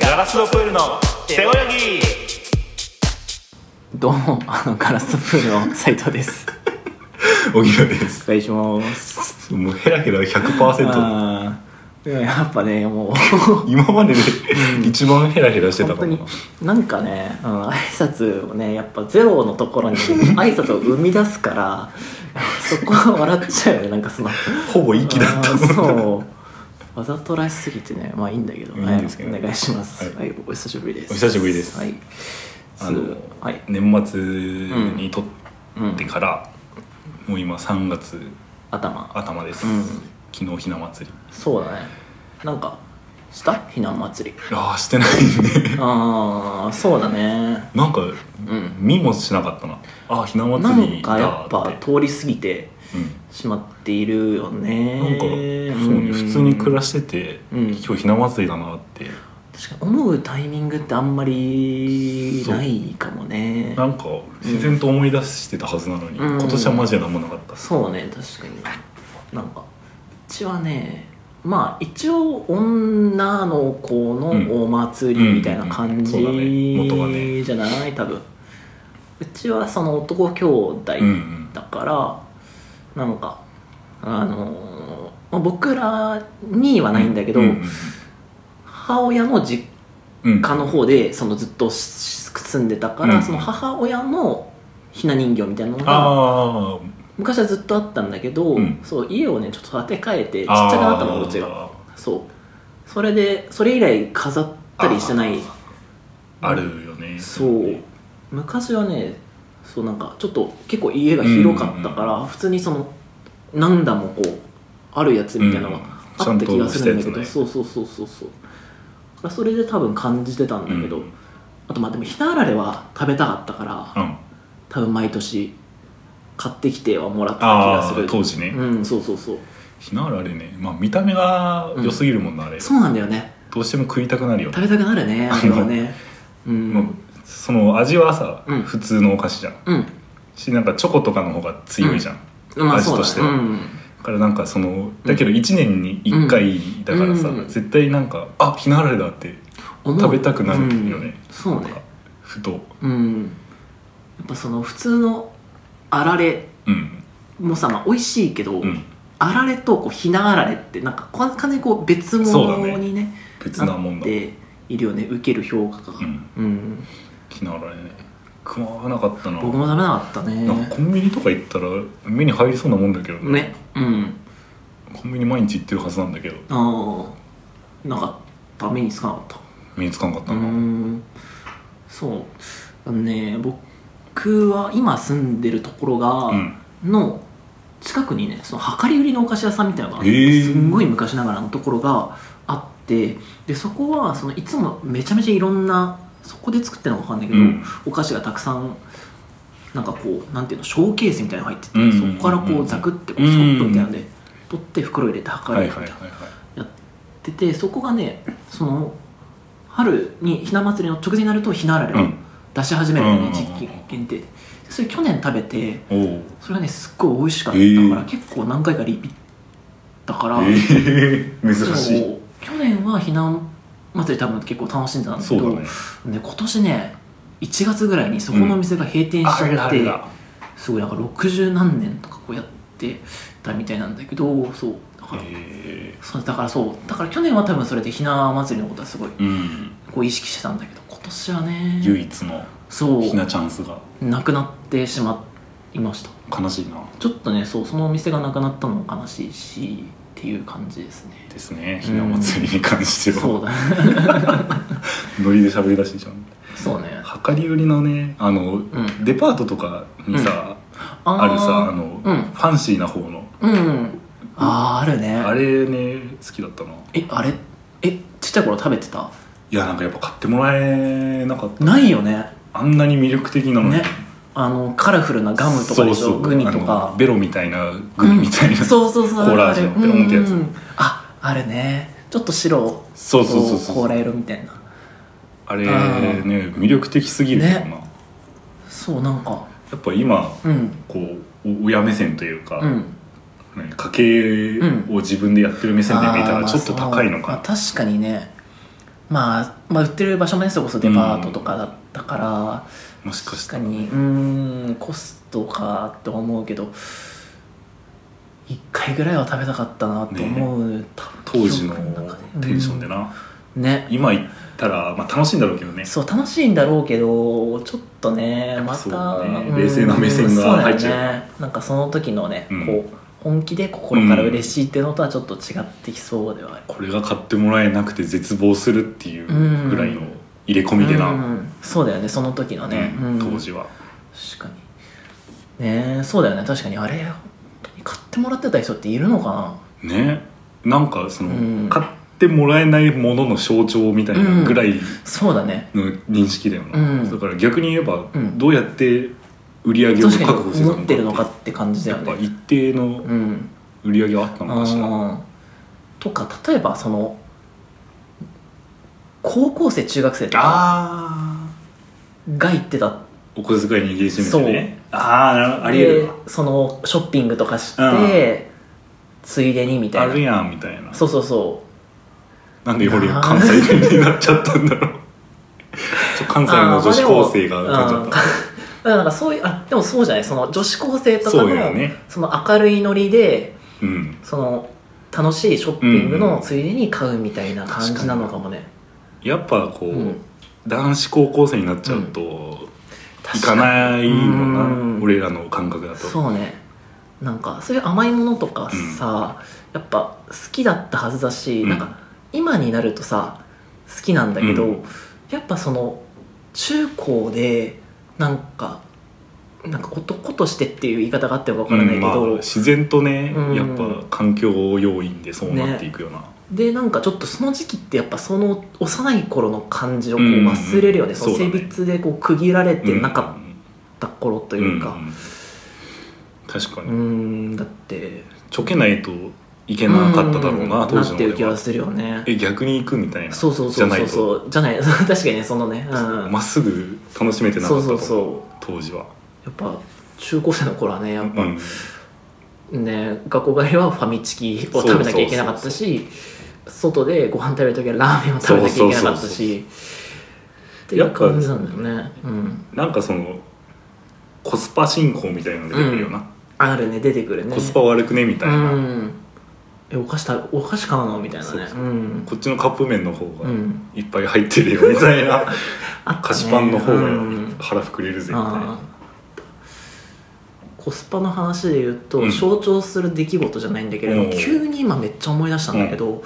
ガラスのプールの背泳ぎどうも、あの、ガラスプールの斉藤です。おぎらですお願いします。もうヘラヘラ100%あーでもやっぱね、もう、今までで一番ヘラヘラしてた本か当もに、なんかね、あの、挨拶をね、やっぱゼロのところに挨拶を生み出すから、そこは笑っちゃうよね、なんかその。ほぼ息だったあーもんそう。わざとらしすぎてね、まあいいんだけど、いいんですけどはいお願いします、ははい。お久しぶりです。お久しぶりですはい。あのはい。年末に撮ってから、もう今3月頭。頭です、うん昨日ひな祭りそうだね。なんか、したひな祭り。ああしてないね ああそうだねなんかうん見もしなかったなああひなな祭んりだかやっーぱって通り過ぎてうんしまっているよねなんかそうね普通に暮らしてて、うん今日ひな祭りだなって確かに思うタイミングってあんまりないかもねなんか自然と思い出してたはずなのに、うん今年はマジで何もなかったっすそうね確かになんかうちはねまあ一応女の子のお祭りみたいな感じうんうんうんそうだね元はねじゃない多分うちはその男兄弟うんうんだからなんかあのーまあ僕らにはないんだけど、うんうん母親の実うん家の方でそのずっとし住んでたから、うんその母親のひな人形みたいなのがあ昔はずっとあったんだけど、うんそう家をねちょっと建て替えてちっちちゃくなったのうちがそうそれでそれ以来飾ったりしてないあるよねそう昔はねそうなんかちょっと結構家が広かったから、普通にその何段もこうあるやつみたいなのがうんあった気がするんだけちゃんど、としたそうそうそうそうそうだからそれで多分感じてたんだけど、うんあとまあでもひなあられは食べたかったからうん多分毎年買ってきてはもらってた気があすある当時ねうんそうそうそうひなあられねまあ見た目が良すぎるもんなあれそうなんだよねどうしても食いたくなるよ食べたくなるねあれはねうん、まあその味はさうん普通のお菓子じゃんうんしなんかチョコとかの方が強いじゃんまあそうだね味としてうはんだからなんかそのだけど1年に1回だからさうん絶対なんかあひなあられだって思う食べたくなるよねうんそうねふとうんやっぱその普通のあられうんもさ、まあ、美味しいけど、うんあられとこうひなあられってなんかこん完全にこう別そう物だにね別ななもんっだているよね受ける評価がうんうんひなあられね食わなかったな僕も食べなかったなんかねコンビニとか行ったら目に入りそうなもんだけどねうんコンビニ毎日行ってるはずなんだけどああなんかダメにつかなかった身につかんかったうーな、んそうあのね僕は今住んでるところが、うんの近くにねその量り売りのお菓子屋さんみたいなのがあって、へーすんごい昔ながらのところがあってでそこはそのいつもめちゃめちゃいろんなそこで作ってるのかわかんないけど、うんお菓子がたくさんなんかこうなんていうのショーケースみたいなの入ってて、うんうんうんうんそこからこうザクってこうスコップみたいなので、取って袋入れて量はるいみたはいいなはいはやっててそこがねその春にひな祭りの直前になるとひなあられい、うをん、出し始めるのね、うん実期限定でそれ去年食べておおそれがねすっごい美味しかったから、へー結構何回かリピだから、ええ 珍しいそう去年はひな祭り多分結構楽しんでたんだけそうどだねね今年ね1月ぐらいにそこのお店が閉店しちゃって、すごいなんか60何年とかこうやってたみたいなんだけどそうだから、えそうだからそうだから去年は多分それでひな祭りのことはすごいえうんこう意識してたんだけど今年はね唯一のそひなうチャンスがなくなってしまいました悲しいなちょっとねそうそのお店がなくなったのも悲しいしっていう感じですねですねひな祭りに関しては、そうだノリで喋り出してちゃう そうね量り売りのねあの、んデパートとかにさ、あーあるさあの、うんファンシーな方のうんうんあーあるねあれね好きだったなえあれえちっちゃい頃食べてたいやなんかやっぱ買ってもらえなかったないよねあんなに魅力的なのにねあのカラフルなガムとかでしょそうそうグミとあかのベロみたいなグミみたいな、うんそうそうそうコーラ味のあるあるペロンってやうつんうんうんああるねちょっと白そうそうそうそうこコーラ色みたいなあれね魅力的すぎるよな、ねそうなんかやっぱ今うんこうお親目線というか、うんね家計を自分でやってる目線で見あたーまらあちょっと高いのそうまかな、あ確かにねまあ、まあ売ってる場所もねそれこそデパートとかだったから、もしか確したからにうーんコストかと思うけど1回ぐらいは食べたかったなと思う、多分当時の記憶中でテンションでな、うんね今行ったら、まあ、楽しいんだろうけどねそう楽しいんだろうけどちょっとねまそうた、ねうん冷静な目線が入っちゃうそうだよねなんかその時のね、うんこう本気で心から嬉しいっていうのとはちょっと違ってきそうではある、これが買ってもらえなくて絶望するっていうぐらいの入れ込みでな、うんそうだよねその時のね、うんうん当時は確かにねえそうだよね確かにあれ本当に買ってもらってた人っているのかねなんかその、うん買ってもらえないものの象徴みたいなぐらいなそうだねの認識だよな、うんだから逆に言えば、うんどうやって売り上げを確確か保すにる思ってるのかっって感じてだよやっぱね一定のうん売り上げはあったのかしら、あーとか例えばその高校生中学生とかあが行ってたーお小遣いにゲージメントねああなるほどありえでるわそのショッピングとかしてついでにみたあいるなやんみたいなそうそうそなんで俺なあ関西弁になっちゃったんだろうちょ関西の女子高生がう感じうんだちゃっからなんかそういうあでもそうじゃないその女子高生とかたそのうやねその明るいノリでうんその楽しいショッピングうんうのんついでに買うみたいな感じなのかもね、やっぱこう、うん男子高校生になっちゃうと、行かいないもんな、うん俺らの感覚だとそうねなんかそういう甘いものとかさ、やっぱ好きだったはずだし、うんなんか今になるとさ好きなんだけど、うやっぱその中高でなんかなんか男としてっていう言い方があってもわからないけど、うんまあ、自然とね、うんやっぱ環境要因でそうなっていくような、でなんかちょっとその時期ってやっぱその幼い頃の感じをこううんうんうん忘れるよね、そのそう性だね別でこう区切られてなかっった頃とたいうか確かうに、ん,、だってちょけないといけなかっただろうな、ん当な時のっていう気俺がはするよねえ逆に行くみたいなそうそうそうそうそうじゃない 確かにねそのね、うじゃないとん、まっすぐ楽しめてなかそっうたとそ思ううそ当時は、うやっぱ中高生の頃はねやっうぱ、ん、ね学校帰りはファミチキを食べなきゃいけなかったし外でご飯食べる時はラーメンを食べなきゃいけなかったしっていう感じなんだよねうんなんかそのコスパ進行みたいなの出てくるよな、あるね出てくるねコスパ悪くねみたいな、うんえお菓子食べお菓子買うのみたいなねそうそううんこっちのカップ麺の方うがんいっぱい入ってるよみたい な、あったね菓子パンの方うんが腹膨れるぜみたいあな、ーコスパの話で言うと、うん象徴する出来事じゃないんだけれどおもー急に今めっちゃ思い出したんだけど、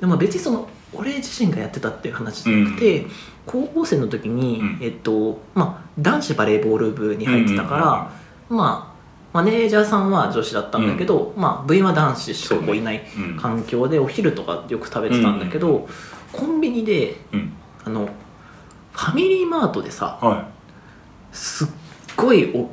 でも別にその俺自身がやってたっていう話じゃなくて、高校生の時に、うんえっとまあ、男子バレーボール部に入ってたから、まあ、マネージャーさんは女子だったんだけど、まあ、部員は男子しかこういないうんうんうん環境でお昼とかよく食べてたんだけど、コンビニでうんあのファミリーマートでさはすっごいお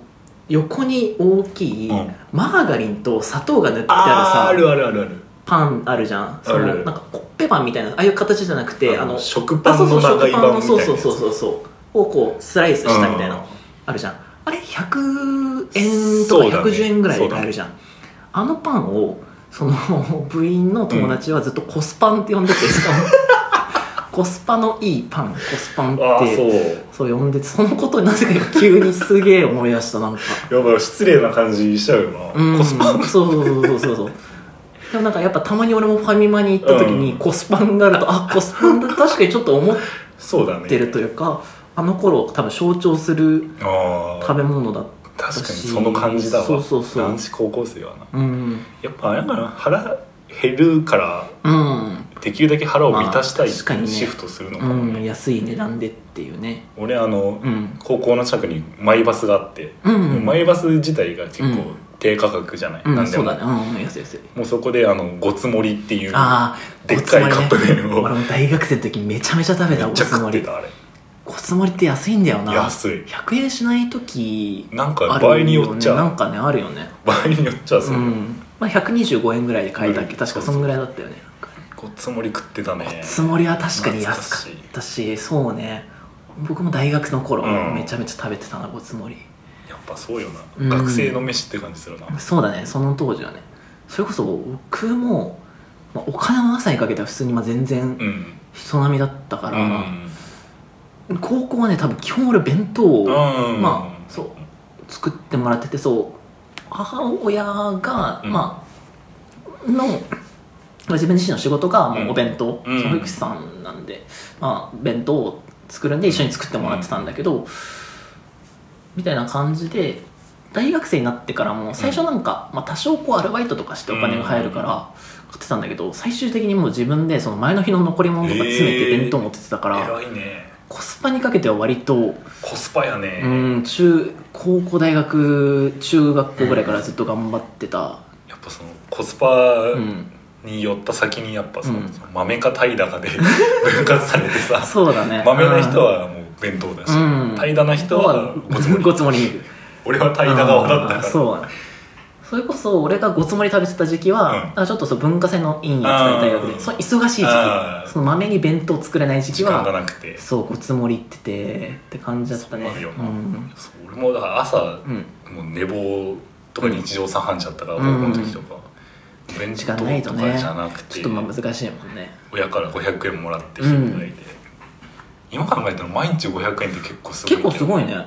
横に大きい、うんマーガリンと砂糖が塗っていああるさるあるあるあるパンあるじゃんそのあるあなんるかコッペパンみたいなああいう形じゃなくてあの食パあンそうそのう長食いパン版のみたいそなうそうそうそうそうをこうスライスしたみたいな、うんあるじゃんあれ100円とかそうだね110円ぐらいで買えるじゃん、あのパンをその 部員の友達はずっとコスパンって呼んでて、しか もコスパのいいパンコスパンっああてそうそう呼んでてそのことになぜか急にすげえ思い出したなんかやばい失礼な感じしちゃうよな、うんコスパそうそうそうそうそうでもなんかやっぱたまに俺もファミマに行った時にうんコスパンがあると、あコスパンだ確かにちょっと思っそうだねてるというかあの頃多分象徴するああ食べ物だったし確かにその感じだわそうそうそ男う子高校生はなうんやっぱあれかな腹減るからうん、できるだけ腹を満たしたい、まあ確かにねシフトするのかうもん、ね、安い値段でっていうね俺あの、うん高校の近くにマイバスがあって、うんもうマイバス自体が結構うん低価格じゃない、うなんんでそもうだねうんうん安い安いもうそこであのごつ盛りっていうああでっかいカップ麺を俺も大学生の時めちゃめちゃ食べためっおちゃつ食もってりたあれおつもりって安いんだよな安い100円しない時なんかあるよ場合ねによっちゃなんかねあるよね場合によっちゃそうの、ん、まあ、125円ぐらいで買えたっけうん確かそんぐらいだったよねごつ盛り食ってたねつもりは確かに安かったしそうね僕も大学の頃、うんめちゃめちゃ食べてたなごつもりやっぱそうよな、うん学生の飯って感じするなそうだねその当時はねそれこそ僕も、まあ、お金を朝にかけては普通にまあ全然うん人並みだったかうら、ん高校はね多分基本俺弁当を、うんまあそう作ってもらっててそう母親が、うんまあの自分自身の仕事がもううんお弁当、うんその保育士さんなんで、まあ、弁当を作るんで一緒に作ってもらってたんだけど、みたいな感じで大学生になってからも最初なんか、まあ、多少こうアルバイトとかしてお金が入るから買ってたんだけど最終的にもう自分でその前の日の残り物とか詰めて弁当持ってたから、偉いねコスパにかけては割と。コスパやねうん中高校大学中学校ぐらいからずっと頑張ってたやっぱそのコスパうん、に寄った先にやっぱその,、うん豆か怠惰か で分割されてさそうだね豆な人はもう弁当だし、うん怠惰な人はごつもりごつもり肉俺は怠惰側だったあーからそうだねそれこそ俺がごつもり食べてた時期は、あちょっとそう文化祭の委員やってたり大学あーでその忙しい時あ期ーその豆に弁当作れない時期時間がはなくてそそうごつもりっててって感じだったねそうなるよう、なんう俺もだから朝うん、もう寝坊とか日常茶飯事だったから、うん高校の時とか、弁時当間ないととねかじゃなくてちょっとまあ難しいもんね親から500円もらってきていただいて、今考えたら毎日500円って結構すご結いけど構すごいね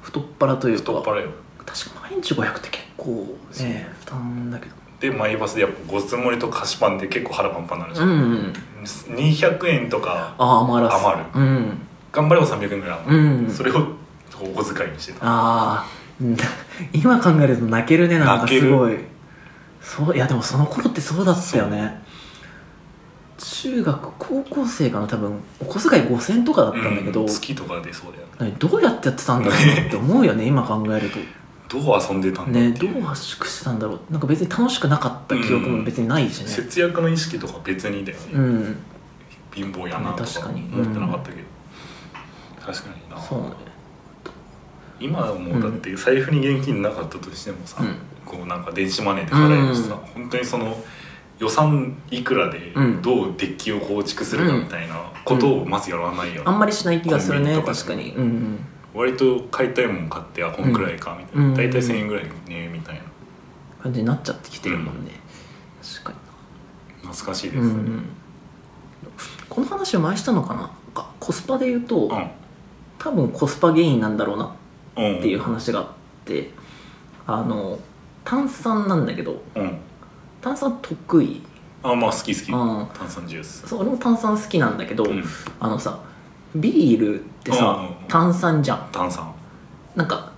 太っ腹というか太っ腹よ確か毎日500って結構ね負担だけどでマイバスでやっぱごつ盛りと菓子パンで結構腹パンパンになるじうゃん、んうん200円とかああ余らす余るうん頑張れば300円ぐらい余る、うんそれをお小遣いにしてたああな今考えると泣けるねなんか泣けるすごいそういやでもその頃ってそうだったよね中学高校生かな多分お小遣い5000とかだったんだけど、う月とかでそうだよね何どうやってやってたんだろうなって思う よね今考えるとどう遊んでたんだねってどいうう圧縮してたんだろうなんか別に楽しくなかった記憶も別にないしね節約の意識とか別にだよね、うん貧乏やなと確かかに思ってなかったけど、確かになそうね今はもうだって財布に現金なかったとしてもさ、うんこうなんか電子マネーで払えるしさ、うん本当にその予算いくらでうんどうデッキを構築するかみたいなことをまずやらないよ、あんまりしない気がするねコンビニとか確かにうんうん割と買いたいもん買ってあこんくらいかみたいな、うん大体1000円ぐらいねみたいな感じになっちゃってきてるもんね、確か懐かしいでにすな、うね、んうん、この話を前したのかななんかコスパで言うと、うん多分コスパ原因なんだろうなうんっていう話があって、あの炭酸なんだけどうん炭酸得意あまあ好き好き、うん炭酸ジュースそう俺も炭酸好きなんだけど、うんあのさビールってさ、うん炭酸じゃん炭酸なんか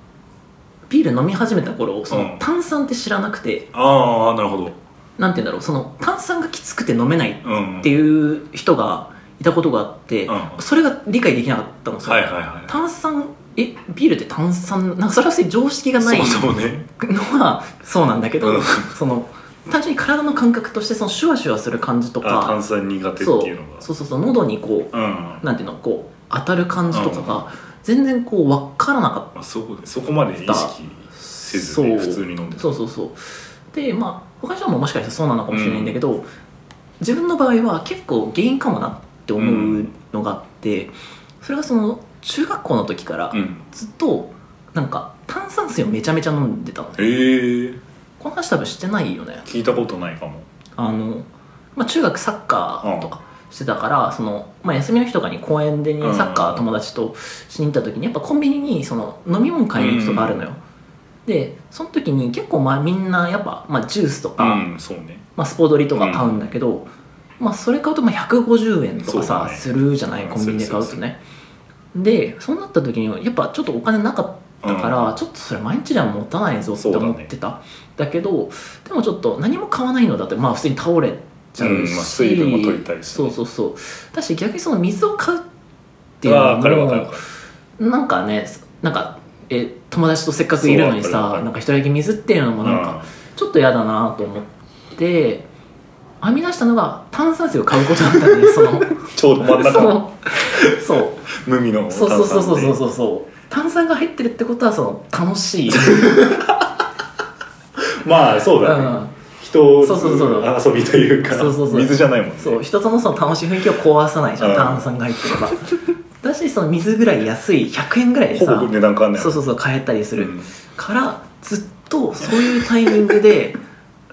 ビール飲み始めた頃そうのん炭酸って知らなくて、ああなるほどなんて言うんだろうその炭酸がきつくて飲めないうんってういう人がいたことがあって、うんそれが理解できなかったのんさ、はいはいは炭酸えビールって炭酸なんかそれは常識がいないそのもそもねは そうなんだけど、うんその単純に体の感覚としてそのシュワシュワする感じとあ炭か酸苦手ってそういうのがそうそうそう喉にこうんまうなんていうのこう当たる感じとかが全然こう分からなかった。あそこそこまで意識せずそにう普通に飲んでたそうそうそうでまあ他の人ももしかしたらそうなのかもしれないんだけど、自分の場合は結構原因かもなって思うのがあって、それがその中学校の時からうんずっとなんか炭酸水をめちゃめちゃ飲んでたのねへえこの話多分してないよね聞いたことないかもあの、まあ、中学サッカーとかしてたから、そのまあ、休みの日とかに公園でにうんサッカー友達としに行った時にやっぱコンビニにその飲み物買いに行くとかあるのよ、でその時に結構まあみんなやっぱ、まあ、ジュースとうか、んそうねまあ、スポドリとか買うんだけど、まあ、それ買うとまあ150円とかそうさ、だねするじゃないうんコンビニで買うとするすねでそうなった時にやっぱちょっとお金なかったから、ちょっとそれ毎日では持たないぞってそうだね思ってただ,、けどでもちょっと何も買わないのだってまあ普通に倒れちゃうし、うんまあ水分も取りたいしねそうそうそうだし逆にその水を買うっていうああの分かる分かるも分かるなんかねなんかえ友達とせっかくいるのにそうわかるわかさるなんか一人だけ水っていうのもなんか、ちょっと嫌だなと思って編み出したのが炭酸水を買うことだったん でそのうんちょうど真んそ中のそう無味の炭そう酸そうそうそうそうでそうそう炭酸が入ってるってことはその楽しい、まあそうだね、うん、人そうそうそ遊びというかそうそうそう水じゃないもんねそう人とのその楽しい雰囲気を壊さないじゃん、うん炭酸が入ってればだしその水ぐらい安い100円ぐらいでほさぼ値段変わんないそうそううそう買えたりする、んからずっとそういうタイミングで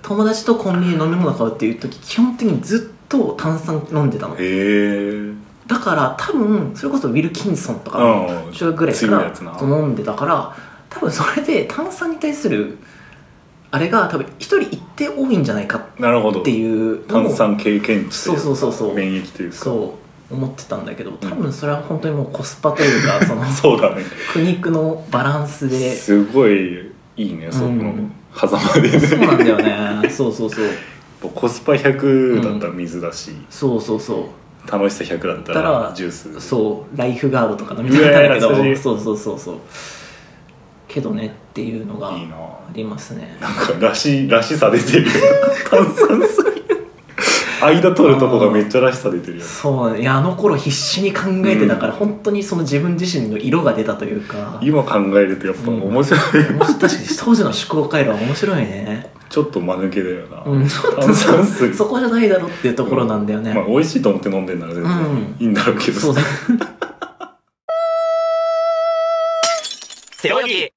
友達とコンビニで飲み物買うっていう時基本的にずっと炭酸飲んでたのへえだから多分それこそウィルキンソンとかうん中学ぐらいか強いやらつなそう飲んでたから多分それで炭酸に対するあれが多分一人一定多いんじゃないかなるほどっていうの炭も酸経験値とそいうそうそうそう免疫というかそう思ってたんだけど多分それは本当にもうコスパという かそのそうだね苦肉のバランスですごいいいねそこのうん狭間でそうなんねだよ ねそうそうそうコスパ100だったら水だしそうそうそう楽しさ100だっただかららジュースそうライフガードとか飲みたかったけうわーど懐かしいそうそうそうそうけどねっていうのがいいなありますねなんからしらしさ出てるよ炭酸 水間取るとこがめっちゃらしさ出てるよそういやあの頃必死に考えてたから、うん本当にその自分自身の色が出たというか今考えるとやっぱ面白い、面白い確かに 当時の思考回路は面白いねちょっと間抜けだよな、うんちょっと炭酸水そこじゃないだろっていうところなんだよね、まあ美味しいと思って飲んでんなら全うん然いいんだろうけど、そう だ背泳ぎ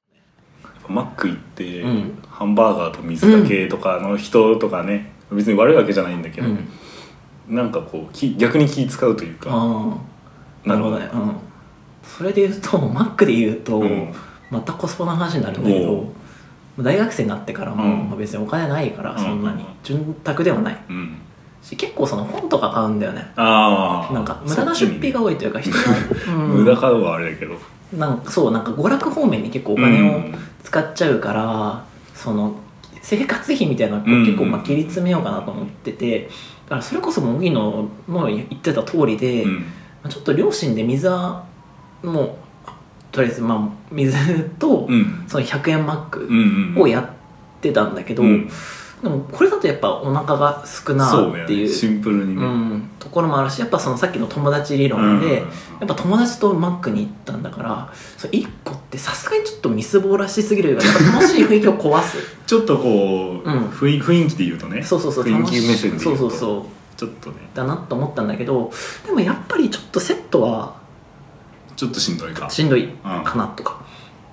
マック行って、うんハンバーガーと水だけとかの人とかね、別に悪いわけじゃないんだけうど、んなんかこう気逆に気使うというかああなるほどね、うん、それで言うと マックで言うと、うんまたコスパの話になるんだけおど大学生になってからも、うんまあ別にお金ないからそんなに、うん潤沢ではないうんし結構その本とか買うんだよねああなんか無駄な出費が多いというか人が、うん無駄かはあれだけど、なんかそうなんか娯楽方面に結構おう金をん使っちゃうから、その生活費みたいなのをうんうん結構まあ切り詰めようかなと思ってて、だからそれこそもう荻野の言ってた通りで、うんまあちょっと両親で水はもうとりあえずまあ水とうんその100円マッうんクうんをやってたんだけど、うんでもこれだとやっぱお腹が少なそうだよっていねうシンプルにうね、ん、ところもあるしやっぱそのさっきの友達理論で、うんやっぱ友達とマックに行ったんだからそ1個ってさすがにちょっとみすぼらしすぎるよねやっぱ楽しい雰囲気を壊す ちょっとこう、うん雰囲雰囲気で言うとねそうそうそう雰囲気目線で言うとそうそうそうちょっとねだなと思ったんだけどでもやっぱりちょっとセットはちょっとしんどいかしんどいかなとか、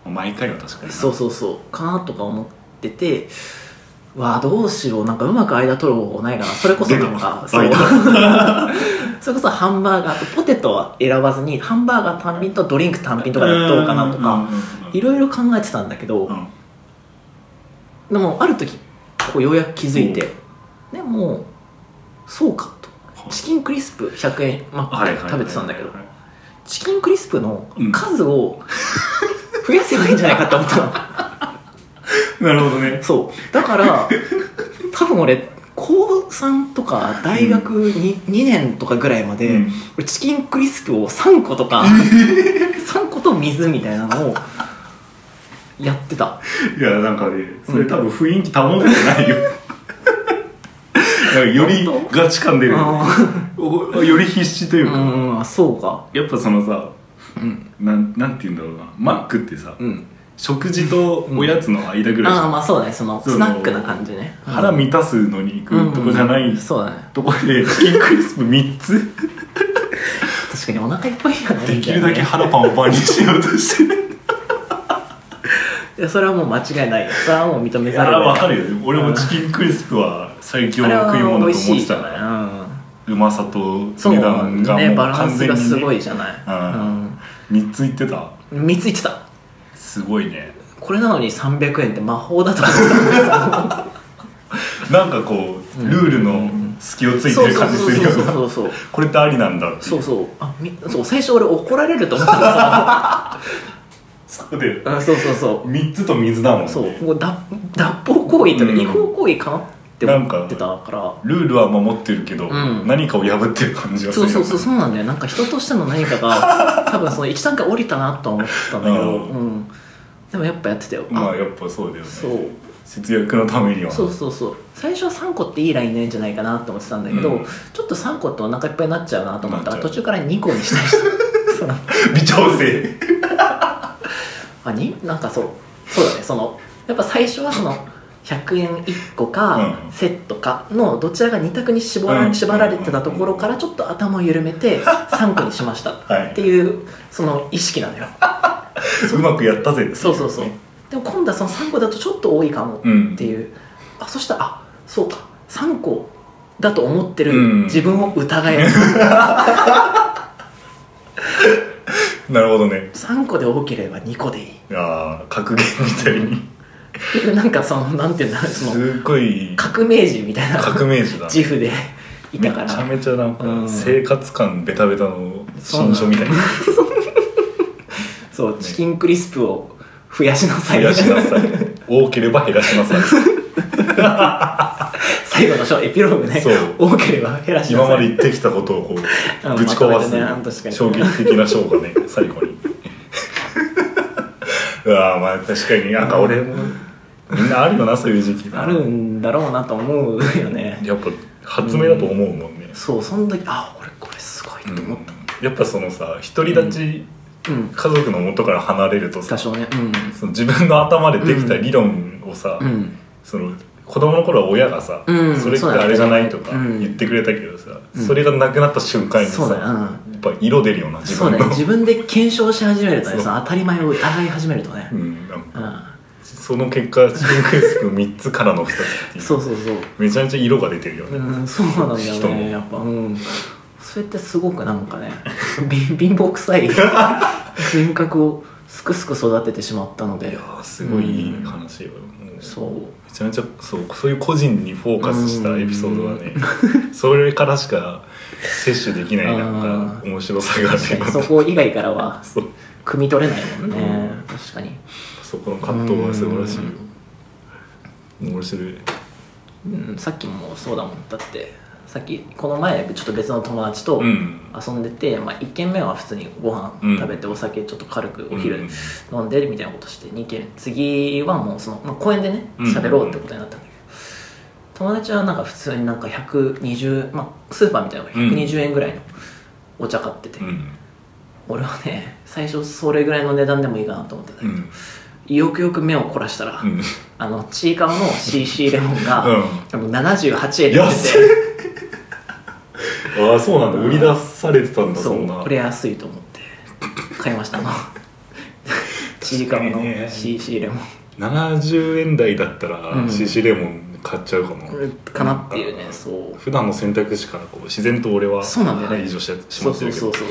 毎回は確かにそうそうそうかなとか思っててわあどうしようなんかうまく間取る方法ないかなそれこそなん か出たそう間 それこそハンバーガーとポテトは選ばずにハンバーガー単品とドリンク単品とかだとどうかなとかいろいろ考えてたんだけど、うんでもある時こうようやく気づいてでもそうかとはいチキンクリスプ100円マはッいはいク食べてたんだけどチキンクリスプのうん数を 増やせばいいんじゃないかって思ったのなるほどねそうだから多分俺高3とか大学に、2年とかぐらいまで、うん俺チキンクリスプを3個と か3個と水みたいなのをやってたいやなんかねそれ多分雰囲気保ててないよなんかより本ガチ感出るよねあおより必死といーうかうんそうかやっぱそのさうんなんなんて言うんだろうなマックってさうん食事とおやつの間ぐらいじあゃあんまあそうだねそのそうスナックな感じね腹満たすのに行くとこじゃないうんそうだねとこでチキンクリスプ3つ確かにお腹いっぱいやねでみきたいるなだねけ腹パンパンにしようとしてるいやそれはもう間違いないよそれはもう認めいざやるをわ得かないるよね俺もチキンクリスプは最強あれのは食い物だと美思っ味しいてじたゃかないらうんうまさとそう値段がねもうバラン完ス全がすにごねいじゃない、うん3ついってたうん、3ついってたすごいねこれなのに300円って魔法だと思ってたなんかこうルールの隙 をついてる感じするよそうなそうそうそうこれってありなんだってそいううそうあみそう最初俺怒られると思って たかそうでらそうそうそう3つと水だもんねそうもうだ脱法行為といううんか違法行為かなって思ってたからルールは守ってるけどうん何かを破ってる感じはすそるうよねそうそうそうなんだよなんか人としての何か が多分その一段階降りたなとは思ったんだけど、ううん、でもやっぱやってたよ、まああやっぱそうだよねそう節約のためにはそうそうそう最初は3個っていいラインなんじゃないかなと思ってたんだけど、うんちょっと3個ってお腹いっぱいになっちゃうなと思ったらなっちゃう途中から2個にしたりしてその微調整あになんかそうそうだねそのやっぱ最初はその100円1個か、うんセットかのどちらが2択に絞ら,、うん縛られてたところからちょっと頭を緩めて3個にしましたはいっていうその意識なのようまくやったぜっていそうそうそうでも今度はその3個だとちょっと多いかもっていう、あそしたらあそうか3個だと思ってる、うん自分を疑 えなるほどね3個で多ければ2個でいいああ格言みたいにっていうなんかそのなんていうんだろうそのすっごい革命児みたいな革命児だ自負でいめたかちゃらめちゃなんうかん生活感ベタベタの新書みたいなそうチキンクリスプを増やしなさい減らしなさい多ければ減らしなさい 最後の章エピローグねそう多ければ減らしな今さまいで言ってきたことをこううんぶち壊まとめてねうん確す、かに衝撃的な章が ね最後に うわーまあ確かになんか俺もみんなあるよなそういう時期があるんだろうなと思うよねやっぱ発明だと思うもんね、そうその時あ俺これすごいと思った、やっぱそのさ独り立ち、うん家族の元から離れると多さ少ねうんその自分の頭でできた理論をさ、うんその子供の頃は親がさ、うんそれってそうだねあれじゃないとかうん言ってくれたけどさ、うんそれがなくなった瞬間にさ、そうだようやんっぱ色出るよな自そう分だのね自分で検証し始めるとねそうその当たり前を疑い始めるとねうんなんかうその結果チキンクリスプ3つからの2つっていんうそうそうそうめちゃめちゃ色が出てるよね、うんそうなんだ人よもねやっぱうんそれってすごくなんかね 貧貧乏くさ い人格をすくすく育ててしまったのいでやーすごいいい話よ、もうそうめちゃめちゃそうそういう個人にフォーカスしたエピソードはねそれからしか摂取できないなんか面白さがあ確かにるそよこ以外からはそう汲み取れないもんね確かにそこの葛藤は素晴らしいよ面白いうんさっきもそうだもんだってさっきこの前ちょっと別の友達とうん遊んでて、まあ、1軒目は普通にご飯食べてお酒ちょっと軽くおうん昼飲んでみたいなことして2軒次はもうその、まあ、公園でねうん喋ろうってことになったんだけど、友達はなんか普通になんか120、まあ、スーパーみたいなのが120円ぐらいのお茶買ってて、うん俺はね最初それぐらいの値段でもいいかなと思ってたけうど、んよくよく目を凝らしたら、うんあのちいかわの CC レモンが、うんあの78円で売っ安いてああそうなんだ売り出されてたんてだそそんうなこれ安いと思って買いました あのちいかわの確かにね CC レモン70円台だったうらんシシレモン買っちゃうかもかなっていうねそう普段の選択肢からこう自然と俺はそうなんだよね排除してしそうまってそるうけそどうそう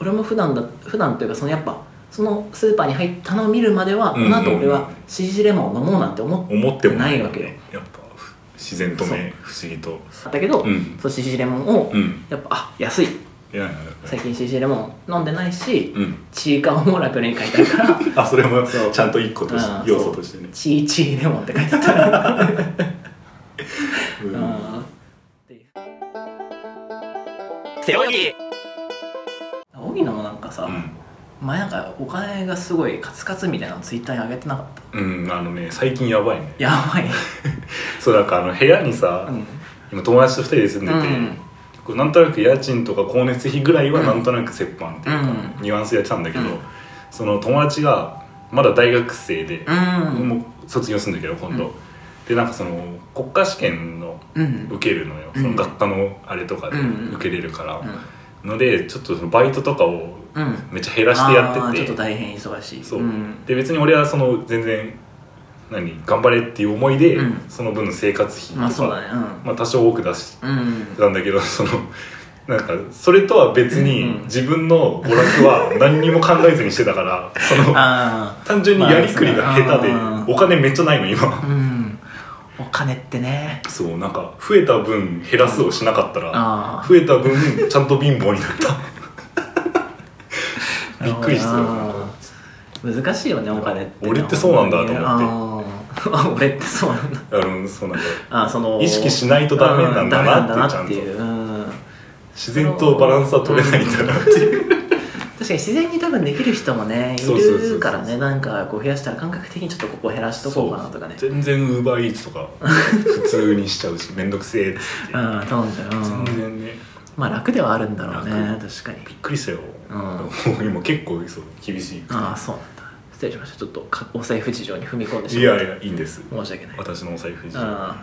俺も普段だ普段というかそのやっぱそのスーパーに入ったのを見るまでは、うんうこんの後俺は CC レモンを飲もうなんて思っ思ってもないわけよやっぱ自然とね不思議とたけど、うんそう CC レモンを、うんやっぱあ安いいやいや最近 CC レモン飲んでないし、うんチーカオもラベルに書いてある からあそれもそうちゃんと一個としうんて要素としてねチーチーレモンって書いてあっ たうんセオリー荻野もなんかさ、前なんかお金がすごいカツカツみたいなのツイッターに上げてなかったうんあのね最近やばいねやばい、そうなんかあの部屋にさうん、今友達と二人で住んでてうんこうなんとなく家賃とか光熱費ぐらいはなんとなく折半っていうかうんニュアンスでやってたんだけどうんその友達がまだ大学生でうんもう卒業するんだけど今う度でなんかその国家試験のうん受けるのようんその学科のあれとかでうん受けれるからうんのでちょっとそのバイトとかをうんめっちゃ減らしてやあっーちょてっとて大変忙しいそう、んで別に俺はその全然何頑張れっていう思いで、うんその分の生活費まあとそうか、だねうんまあ多少多く出しうんたんだけど そのなんかそれとは別うんに自分の娯楽は何にも考えずにしてたからそのああ単純にやりくりが下手で、まあそうだなお金めっちゃないの今 うんお金ってねそうなんか増えた分減らすをしなかったあらー増えた分ちゃんと貧乏になった びっくりしたよあー難しいよねお金って俺ってそうなんだと思思って 俺ってそうなんだあのそうなんかあーその意識しないとダメなんだうんダメなってちなんだなんゃってといううん自然とバランスは取れないんだなっていう確かに自然に多分できる人もねそうそうそうそういるからねなんかこう増やしたら感覚的にちょっとここ減らしとこうかなとかねそう全然ウーバーイーツとか普通にしちゃうし面倒くせえっつってうん頼んじゃう、うん全然ねまあ楽ではあるんだろうね楽確かにびっくりしたよ、うんもう今結構そう厳しいああそうなんだ失礼しましたちょっとかお財布事情に踏み込んでしいまっやていやいいんです申し訳ない私のお財布事情あ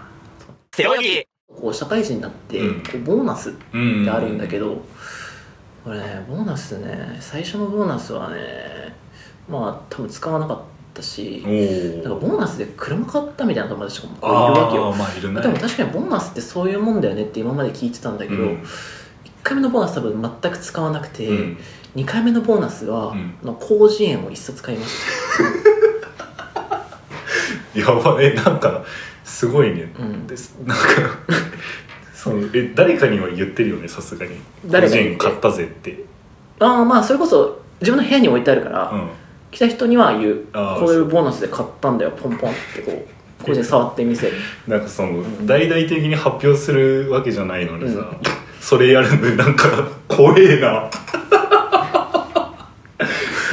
セオリーこう社会人になって、うんこうボーナスっうんてあるんだけど、これねボーナスね最初のボーナスはねまあ多分使わなかっったしおだからーボーナスで車買ったみたいな友達とかもいるわけあよあまあいるねでも確かにボーナスってそういうもんだよねって今まで聞いてたんだけど、うん1回目のボーナス多分全く使わなくて、うん2回目のボーナスは、うんあの広辞苑を1冊買いましやばいえなんかすごいね、うんですなんかそのえ誰かには言ってるよねさすがに誰かに言個人って買ったぜって、うん、たああまあそれこそ自分の部屋に置いてあるから、来た人には言うあーこういうボーナスで買ったんだよポンポンってこう個人触ってみせるなんかその大々的に発表するわけじゃないのにうさ、んそれやるのなんか怖えな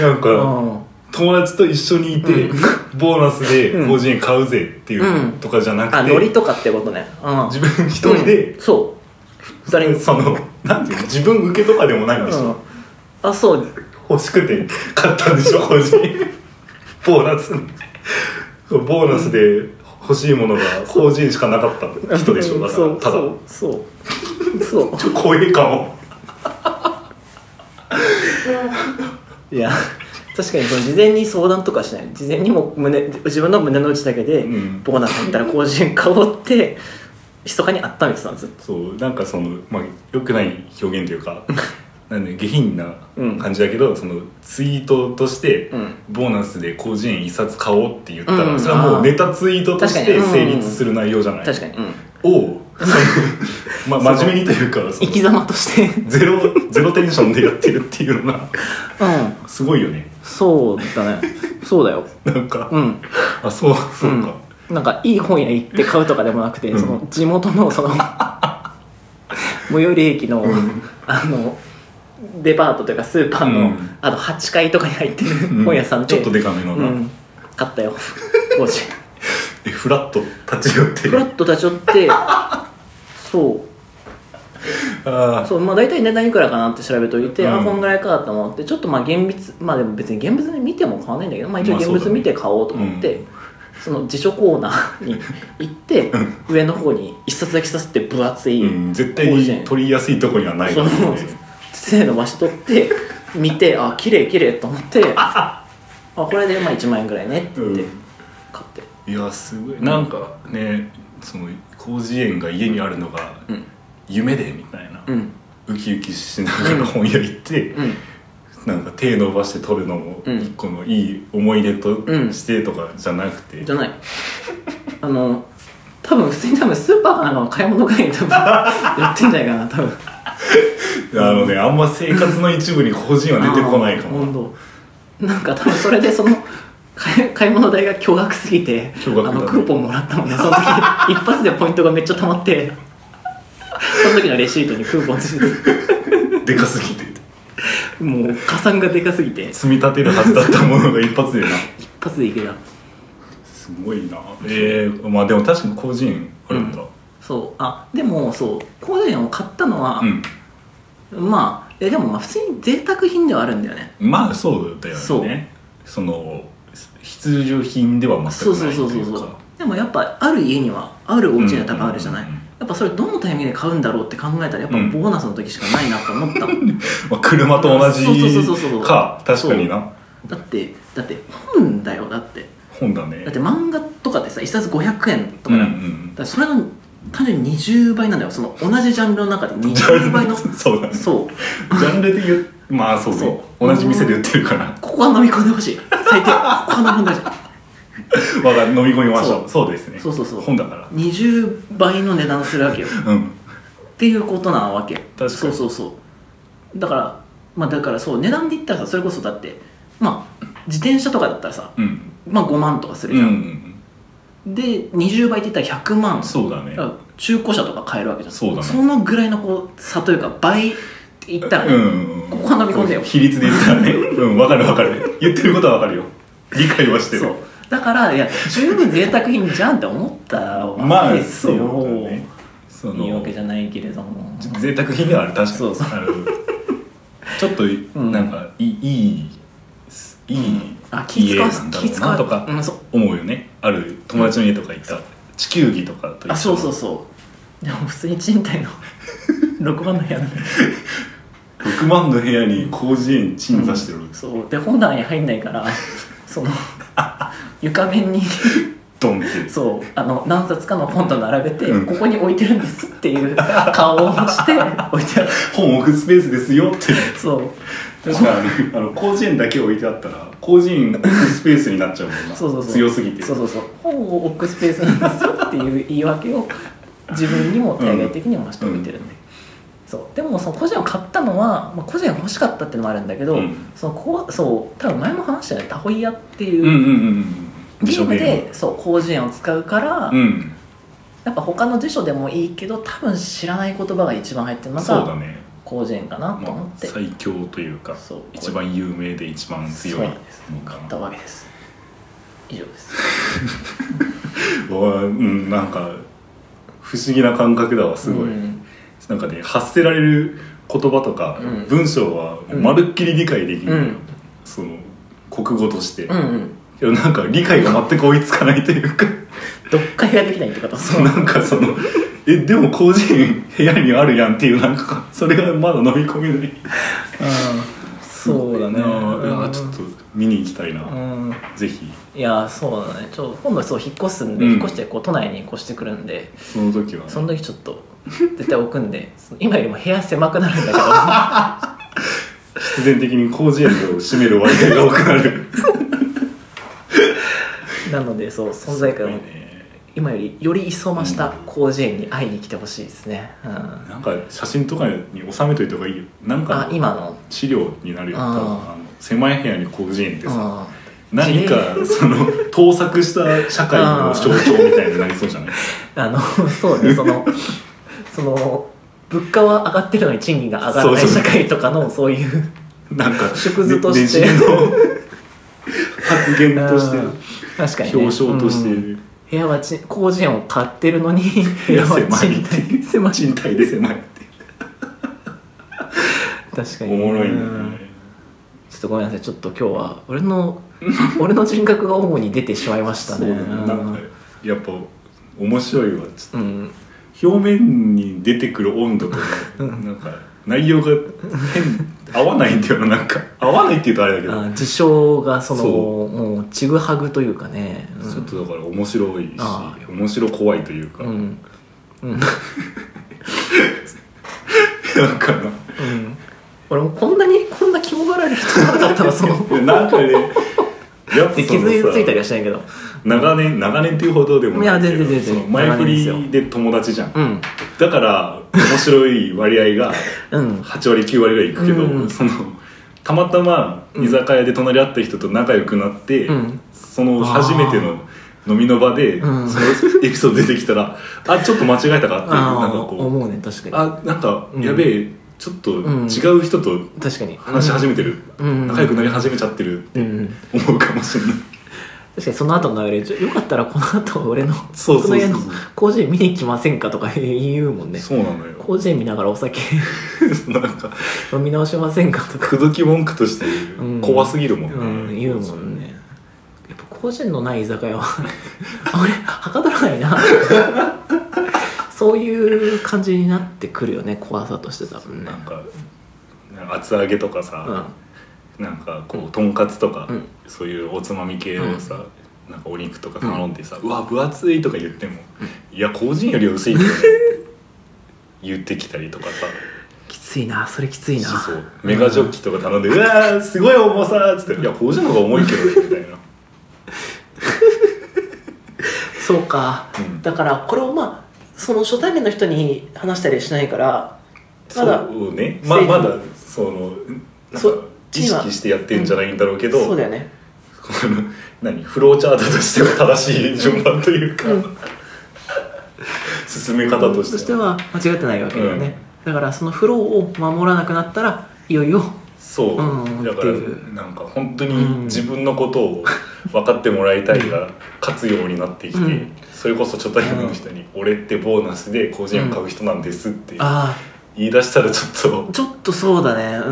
なんうかん友達と一緒にいて、ボーナスでうん個人買うぜっていうとかじゃなあくて、ノリとかってことねうん自分一人で、うんそう誰にそのなんていうの自分受けとかでもないんでしょ、うんあそう欲しくて買ったんでしょ個人ボーナスボーナスで欲しいものが法人しかなかった人でしょだかそらうただそうそうそうちょっと怖いかもいや確かにその事前に相談とかしない事前にも胸自分の胸の内だけで、うんボーナス入ったら甲子園買おうって密かに温めてたんですよそうなんかそのまあ良くない表現とい うかなんで下品なうん感じだけど、そのツイートとして、うんボーナスで広辞苑一冊買おうって言ったら、うんそれはもうネタツイートとして確かに成うん立する内容じゃない、確かに、うん、 を、そのまあ、真面目にというかそ生のき様としてゼロゼロテンションでやってるっていうのが うんすごいよねそうだねそうだよなんか、うんあそうそうか、なんかいい本屋行って買うとかでもなくて、うんその地元の その最寄り駅の、んあのデパートというかスーパーの、うんあと8階とかに入ってるうん本屋さんで、ちょっとデカめのうな、ん買ったよ当時えフラット立ち寄ってフラッと立ち寄ってそうあーそうまあ大体値段いくらかなって調べといて、うんあこんぐらいかと思ってちょっとまあ現物まあでも別に現物で見ても買わないんだけど、まあ、一応まあ現そうだ物ね見て買おうと思って、その辞書コーナーに行って上の方に一冊だけ刺すって分厚いうん、絶対広辞苑に取りやすいとこにはないそかのらね背伸ばしとって見てあ綺麗綺麗と思 ってあこれでまあ1万円ぐらいねって言ってうん買っていやすごいなんかねその広辞苑が家にあるのがうん夢でみたいな、うんウキウキしながら本屋行って、うんなんか手伸ばして取るのもうん一個のいい思い出とんしてとかじゃなくて、じゃないあの多分普通に多分スーパーかなんかの買い物会に多分 やってんじゃないかな多分あのねあんま生活の一部に広辞苑は出てこないかあーも本当なんか多分それでその買い買い物代が巨額すぎて巨額だあねのクーポンもらったもんねその時一発でポイントがめっちゃ溜まってその時のレシートにクーポンついてでかすぎてもう加算がでかすぎて一積み立てるはずだったものが一発で な発でいけたすごいなえー、まあでも確かに広辞苑あるんだそうあでもそう高円を買ったのはう、ん、まあえでもまあ普通に贅沢品ではあるんだよねまあそうだよそうねその必需品ではそ全うくそうそないとうそいううそうかでもやっぱある家にはあるお家には多分あるじゃない、うんうんうんやっぱそれどのタイミングで買うんだろうって考えたらやっぱボうんーナスの時しかないなと思った、まあ、車と同じそうそうそうそうそうか確かになだってだって本だよだって本だねだって漫画とかってさ一冊500円とかだ,、うんうんだからそれの単純に20倍なんだよその同じジャンルの中で20倍の そうだねそうジャンルで言うまあそうねそう同じ店で売ってるからここは飲み込んでほしい最低ここは飲み込んでほしい我が飲み込みましそうょうそうですねそうそうそう本だから20倍の値段するわけようんっていうことなわけ確かにそうそうそうだからまあだからそう値段で言ったらさそれこそだってまあ自転車とかだったらさうんまあ5万とかすうるんじうゃん、んで20倍って言ったら100万そうだねだから中古車とか買えるわけじゃんそうだねそのぐらいのこう差というか倍って言ったらね、うんここは飲み込んでよ比率で言ったら ねうんわかるわかる言ってることはわかるよ理解はしてるそうだからいや十分贅沢品じゃんって思ったわまけあですそうよ、だねそいいわけじのゃないけれども贅沢品ではある確かにそうそうあのちょっとんなんかいいいいいいあ気家使わなんだろ気う使なわとかうんそう思うよねある友達の家とか行ったら地球儀とかと一緒あそうそううそうでも普通に賃貸 の6万の部屋なんで6万の部屋に広辞苑鎮座してる、そうで本棚に入んないからその床面 にドンってそうあの何冊かの本と並べて、うんここに置いてるんですっていう顔をして置いてある本置くスペースですよって そう確かにあの広辞苑だけ置いてあったら広辞苑置くスペースになっちゃうもんなそうそうそう強すぎてそうそうそう本を置くスペースなんですよっていう言い訳を自分にも対外的にもしておいてるんで、そうでもその個人を買ったのは、まあ、個人が欲しかったっていうのもあるんだけど、うんそのこうそう多分前も話したよねタホイヤってういうんんううんうんゲームで、そう広辞苑を使うから、うん、やっぱ他の辞書でもいいけど多分知らない言葉が一番入ってるのそうだがね、広辞苑かなと思っまあ、て、最強というかそう一番有名で一番強そいうなんですのか買っなたわけです以上ですうわうんなんか不思議な感覚だわすごい、うんなんかね発せられる言葉とか、うん文章はもうまるっきり理解できる、うんその国語として、うんうんけどなんか理解が全く追いつかないというか読解ができないってことそうなんかそのえでも広辞苑部屋にあるやんっていうなんかそれがまだ飲み込めないそうだねああちょっと見に行きたいな、うんぜひいやそうだねちょ今度そう引っ越すんで、うん引っ越してこう都内に越してくるんでその時はねその時ちょっと絶対置くんで その今よりも部屋狭くなるんだ必然的に広辞苑を占める割合が多くなるけど なのでそう存在感を今よりより一層増した広辞苑に会いに来てほしいですね、うん、あなんか写真とかに収めといた方がいいよなんか今の資料になるよ多分ああの狭い部屋に広辞苑ってさあ何かその盗作した社会の象徴みたいになりそうじ ゃないあのそうねそのその物価は上がってるのに賃金が上がらないそうそう社会とかのそういうなんか縮図としてねねじれの発言としうんて確かに、ね、表彰として、うん部屋はち工事園を買ってるのに部 部屋屋は狭い賃っ貸ていう狭い賃貸で狭いって確かおにもろいんだうよんねちょっとごめんなさいちょっと今日は俺の 俺の人格が主に出てしまいましたそうだねねなんかやっぱ面白いわちょっとうん表面に出てくる温度とねなんか内容が変合わないんだよななんか合わないっていうとあれだけど、あ事象がそのそうもうちぐはぐというかね、うん、ちょっとだから面白いしあ面白怖いというか、うんうんうん、なんかな俺もこんなにこんな肝がられると思わなかった なそのなんかねやっぱ気そのづさいたりはしないけど長年長年っていうほどでもないけどいや全然全然その前振長年りで友達じゃんうんだから面白い割合 がうん8割9割ぐらいいくけど、うんそのたまたま居酒屋で隣り合った人と仲良くなって、うんその初めての飲みの場で、うんそのエピソード出てきたらあちょっと間違えたかっていうあなんあかこう思うね確かにあなんかうんやべえ、ちょっとん違う人と確かに話し始めてる、うん仲良くなり始めちゃってるうんうん思うかもしれない確かにその後の流れちょよかったらこの後俺のそうそうそう僕の家の工事園見に来ませんかとか 言うもんねそうなのよ 工事園見ながらお酒 なんか飲み直しませんかとか、口説き文句としてうん怖すぎるもんね、うん、言うもんねやっぱ工事園のない居酒屋は あれはかどらないな そういう感じになってくるよね怖さとして多分ねなんか厚揚げとかさ、うんなんかこうとんかつとか、うんそういうおつまみ系をさ、なんかお肉とか頼んでさ「うわ分厚い」とか言っても「いや個人より薄いけどね」って言ってきたりとかさきついなそれきついなしそうメガジョッキとか頼んで「うわーすごい重さ」っつって「いや個人の方が重いけどね」みたいなそうか、うんだからこれをまあその初対面の人に話したりしないからそ まだうねま正義まだそのなんかそっ意ちは識してやってんじゃないんだろうけど、そうだよねこの何フローチャートとしては正しい順番というか、うん進め方としてとしては間違ってないわけだよね、だからそのフローを守らなくなったらいよいよそう、うんだからっていうなんか本当にうん自分のことを分かってもらいたいが勝つようになってきて、うんそれこそ初対面の人に「俺ってボーナスで個人を買う人なんです」ってあ言い出したらちょっとあちょっとそうだねう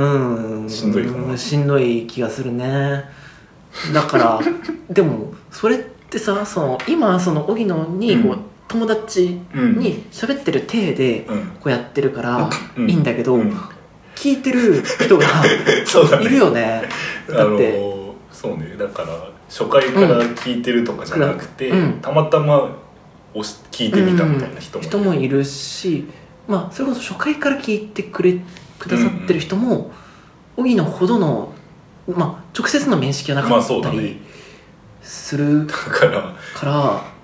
んしんどいかなうんしんどい気がするねだから でもそれってさその今その荻野にこう、うん友達に喋ってる体でうん こうやってるからうんいいんだけど、うん聞いてる人が そうだねいるよねあだっのてーそうねだから初回から聞いてるとかじゃなくて、うんたまたま押し聞いてみたみたいな人も,、人もいるし、まあ、それこそ初回から聞いてくれくださってる人も荻野、ほどの、まあ、直接の面識はなまかあっそうただりねするだからから、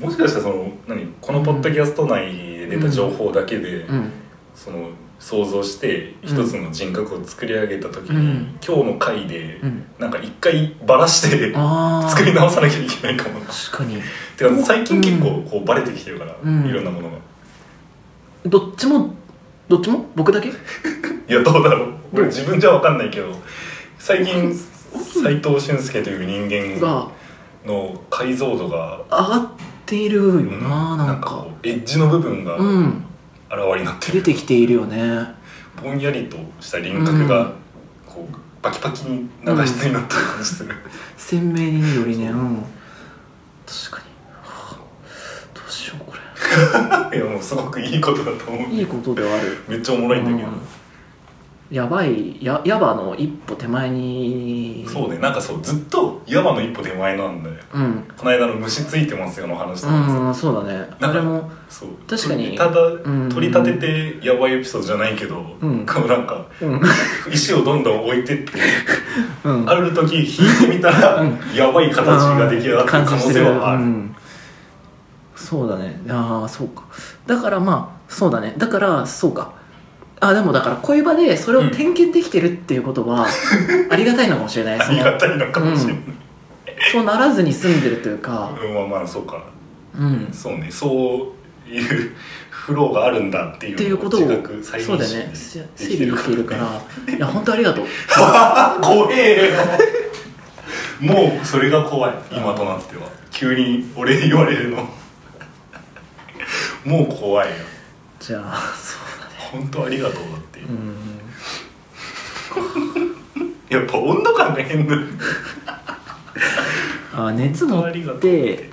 もしかしたらその何このポッドキャスト内で出た情報だけで、うん、その想像して一つの人格を作り上げた時に、うん今日の回でうん、なんか一回バラしてああ作り直さなきゃいけないかもな確かにてか最近結構こうバレてきてるから、うんいろんなものがどっちもどっちも僕だけいやどうだろうどう自分じゃ分かんないけど最近斎藤俊介という人間がの解像度が上がっているようんな、なんかこうエッジの部分が現うんれになって出る、てきているよねぼんやりとした輪郭うんがこうパキパキになんか質になってる感じする、鮮明によりねうん確かに、はあどうしようこいやもうすごくいいことだと思うれいいことではあるめっちゃおもろいんだけど、うんやばいややばの一歩手前にそうねなんかそうずっと山の一歩手前なんだようんこの間の虫ついてますよの話とうかさ、んそうだねかあれもそう確かにただん取り立ててやばいエピソードじゃないけど、うんこうなんかうん石をどんどん置いてってうん ある時引いてみたら、うんやばい形が出来上がってる可能性はある、うんそうだねああそうかだからまあそうだねだからそうかあでもだから恋場でそれを点検できてるっていうこと は、ありがたいのかもしれないあそのりがたいのかもしれない、そうならずに済んでるというかうん、まあまあそうかうんそうねそういうフローがあるんだっていうっていうことを自覚再そう認だよね識整できて理るできているかからねらいや本当ありがとう怖えよもうそれが怖い今となっては急に俺言われるの もう怖いよじゃあそうだね本当ありがとうだって、うんやっぱ温度感が変だあ熱持ありがっとうってて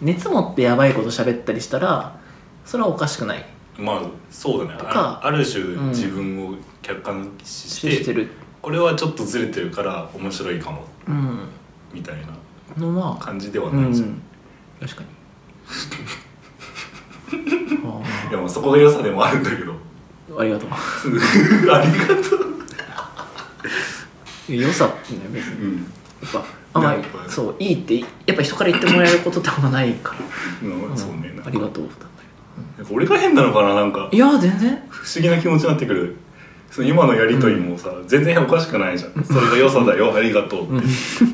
熱持ってやばいこと喋ったりしたらそれはおかしくないまあそうだねとかあある種ん自分を客観視して,、してるこれはちょっとずれてるから面白いかもうんみたいなのは感じではうないじゃん、ん確かに いやまあそこが良さでもあるんだけど あありがとうありがとう、良さってね別にうんやっぱあんまりなんかそういいってやっぱ人から言ってもらえることってあんまないからうんうんそうねなんかありがとうなんだなんか俺が変なのかななんかけどいや全然不思議な気持ちになってくるその今のやり取りもさ、全然おかしくないじゃんそれが良さだよありがとうっ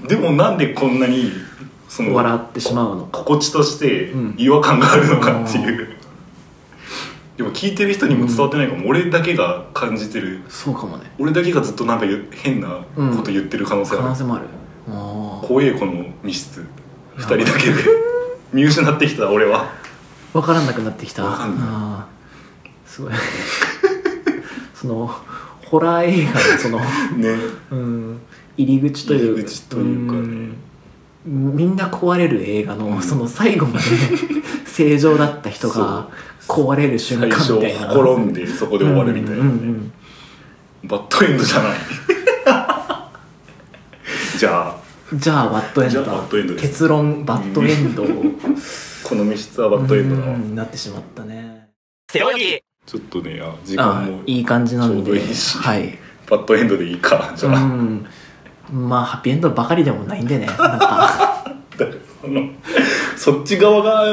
てでもなんでこんなにその笑ってしまうのか心地としてうん違和感があるのかっていう、でも聞いてる人にも伝わってないかも、俺だけが感じてるそうかもね俺だけがずっとなんか言変なこと言ってる可能性可ある、能性もあるああ怖えこの密室2人だけで見失ってきた俺は分からなくなってきたわかんないあーすごい そのホラー映画の そのねうん入り口という入り口というかねうんみんな壊れる映画のその最後ま で正常だった人が壊れる瞬間最み初たいなほころんでそこで終わるみたいなうんね、うんうんバッドエンドじゃ ないじゃあじゃあバッドエンじゃドあだバッドエンドです結論バッドエンドこの密室はバッドエンドだわうんなってしまったね背泳ぎちょっとねあ時あ間もいい感じなんちょうでどいいしはいバッドエンドでいいかじゃあ、うん、まあハッピーエンドばかりでもないん でねなんかあだからそのそっち側が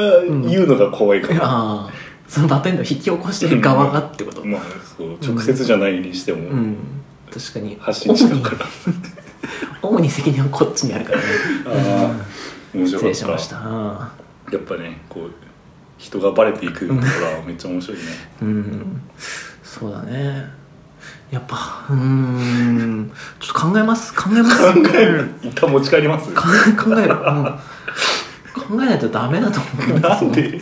言うのが怖いから、あそのバッドエンドを引き起こしてる側がってことまあそう直接じゃないにしても、うん確かに発信したから主に責任はこっちにあるから ねあー面白失か礼っしたましたあやっぱねこう人がバレていくところはめっちゃ面白いねーうんそうだねやっぱうーんちょっと考えます考えま考 すえる一旦持ち帰ります考え考える、うん、考えないとダメだと思うんなんで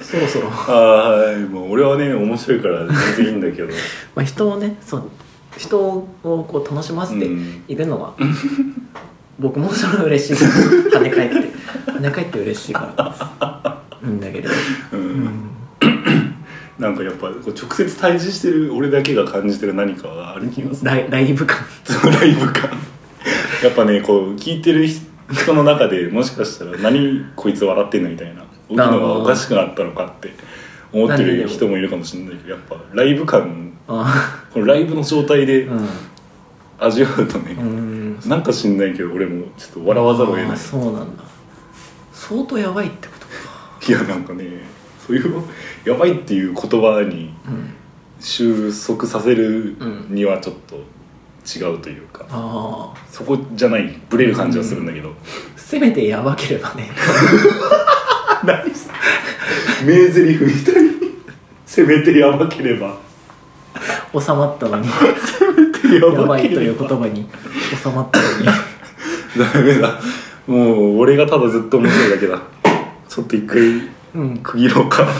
そろそろ、まああもう俺はね面白いから全然いいんだけどあ、人をねそう人をこう楽しませて、うんいるの は僕もそれは嬉しい跳ね返って跳ね返って嬉しいからうんだけど、うん、なんかやっぱこう直接対峙してる俺だけが感じてる何かがある気がするライライブ感 ライブ感やっぱねこう聞いてる人の中でもしかしたら何こいつ笑ってんのみたいな起きのがおかしくなったのかって思ってる人もいるかもしれないけどやっぱライブ感あこのライブの状態でー味わうとね、うんうんなんか知んないけど俺もちょっと笑わざるを得あなーいそうなんだ相当やばいってこといやなんかねそういうやばいっていう言葉にうん収束させるうんにはちょっと違うというか、ああそこじゃないブレる感じはするんだ けど、せめてやばければね何す名台詞みたいにせめてやばければ収まったの にややばいけといれう言ば葉に収まったのにダメだもう俺がただずっと面白いだけだちょっと一回うん区切ろうかはい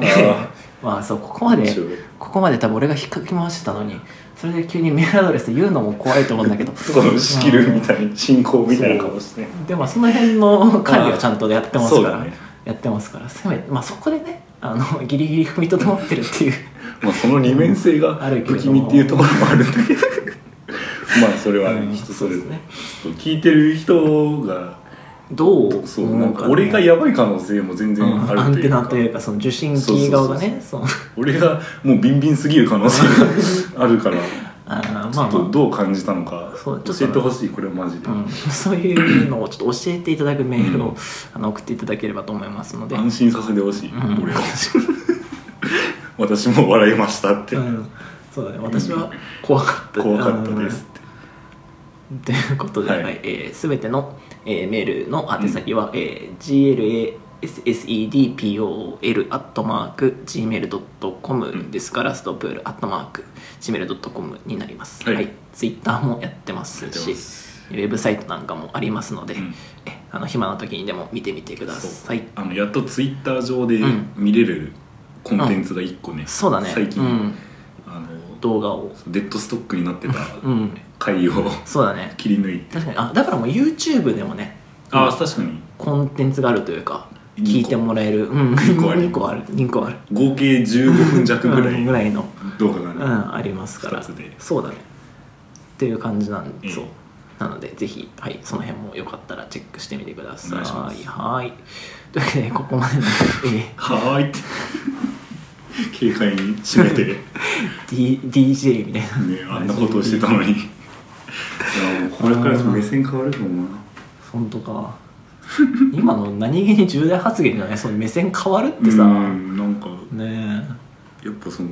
あまあそうここまで面白いここまで多分俺が引っかき回してたのにそれで急にメールアドレス言うのも怖いと思うんだけどこの仕切るみたいに進行みたいな顔してでもその辺の管理はちゃんとやってますそうかだら、ねやってますからせめて、まあ、そこでねあのギリギリ踏みとどまってるっていうまあその二面性があるけれ不気ども味っていうところも あるんだけどまあそれはうんね人そそれぞうれですねちょっと聞いてる人がどうそう思なんかかね俺がやばい可能性も全然うんあアるンといテうかナというかその受信機側がねそう俺がもうビンビンすぎる可能性があるからあーちまょあっとまどう感じたのかそ教うちょっとえてほしいこれはマジであ、うん、そういうのをちょっと教えていただくメールを、うんあの送っていただければと思いますので、安心させてほしいうん俺は私も笑いましたってうん、そうだね私は怖かった怖かったですっとていうことで、ははいいえー、全ての、えー、メールの宛先は、えー、glassedpol.gmail.com ですから、ストプール .gmail.com になります、はいツイッターもやってますやってしますウェブサイトなんかもありますので、うんえあの暇な時にでも見てみてくださいあのやっとツイッター上でうん見れるコンテンツが一個ねそうだね最近うん、あの動画をデッドストックになってたうん回をそうだね切り抜いて確かにあだからもう YouTube でもねああ確かにコンテンツがあるというか二個聞いてもらえるうん二個ある2個ある2個ある合計15分弱ぐらうんいぐらいの、動画うがねん、ありますから二つでそうだねっていう感じなんええそうなのでぜひ、はい、その辺もよかったらチェックしてみてくださお願いしまいはいというわけでここまでの、えはーいって軽快に締めてねー D、DJ みたいな、あんなことをしてたのにいやもうこれからちょっと目線変わると思うな本当か今の何気に重大発言じゃないその目線変わるってさ、うんなんかねやっぱその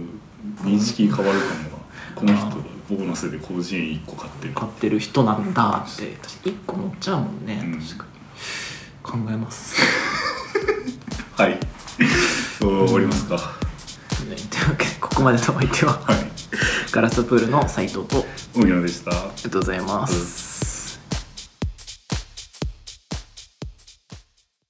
認識変わるかもなこの人はボーナスで広辞苑1個買ってるえ買ってる人なんだって私1個持っちゃうもんね、うん確かに考えます。はい そう終わりますか ねというわけでここまでのお相手ははいガラスプールの斉藤とあり荻野でしたがとうございます。うん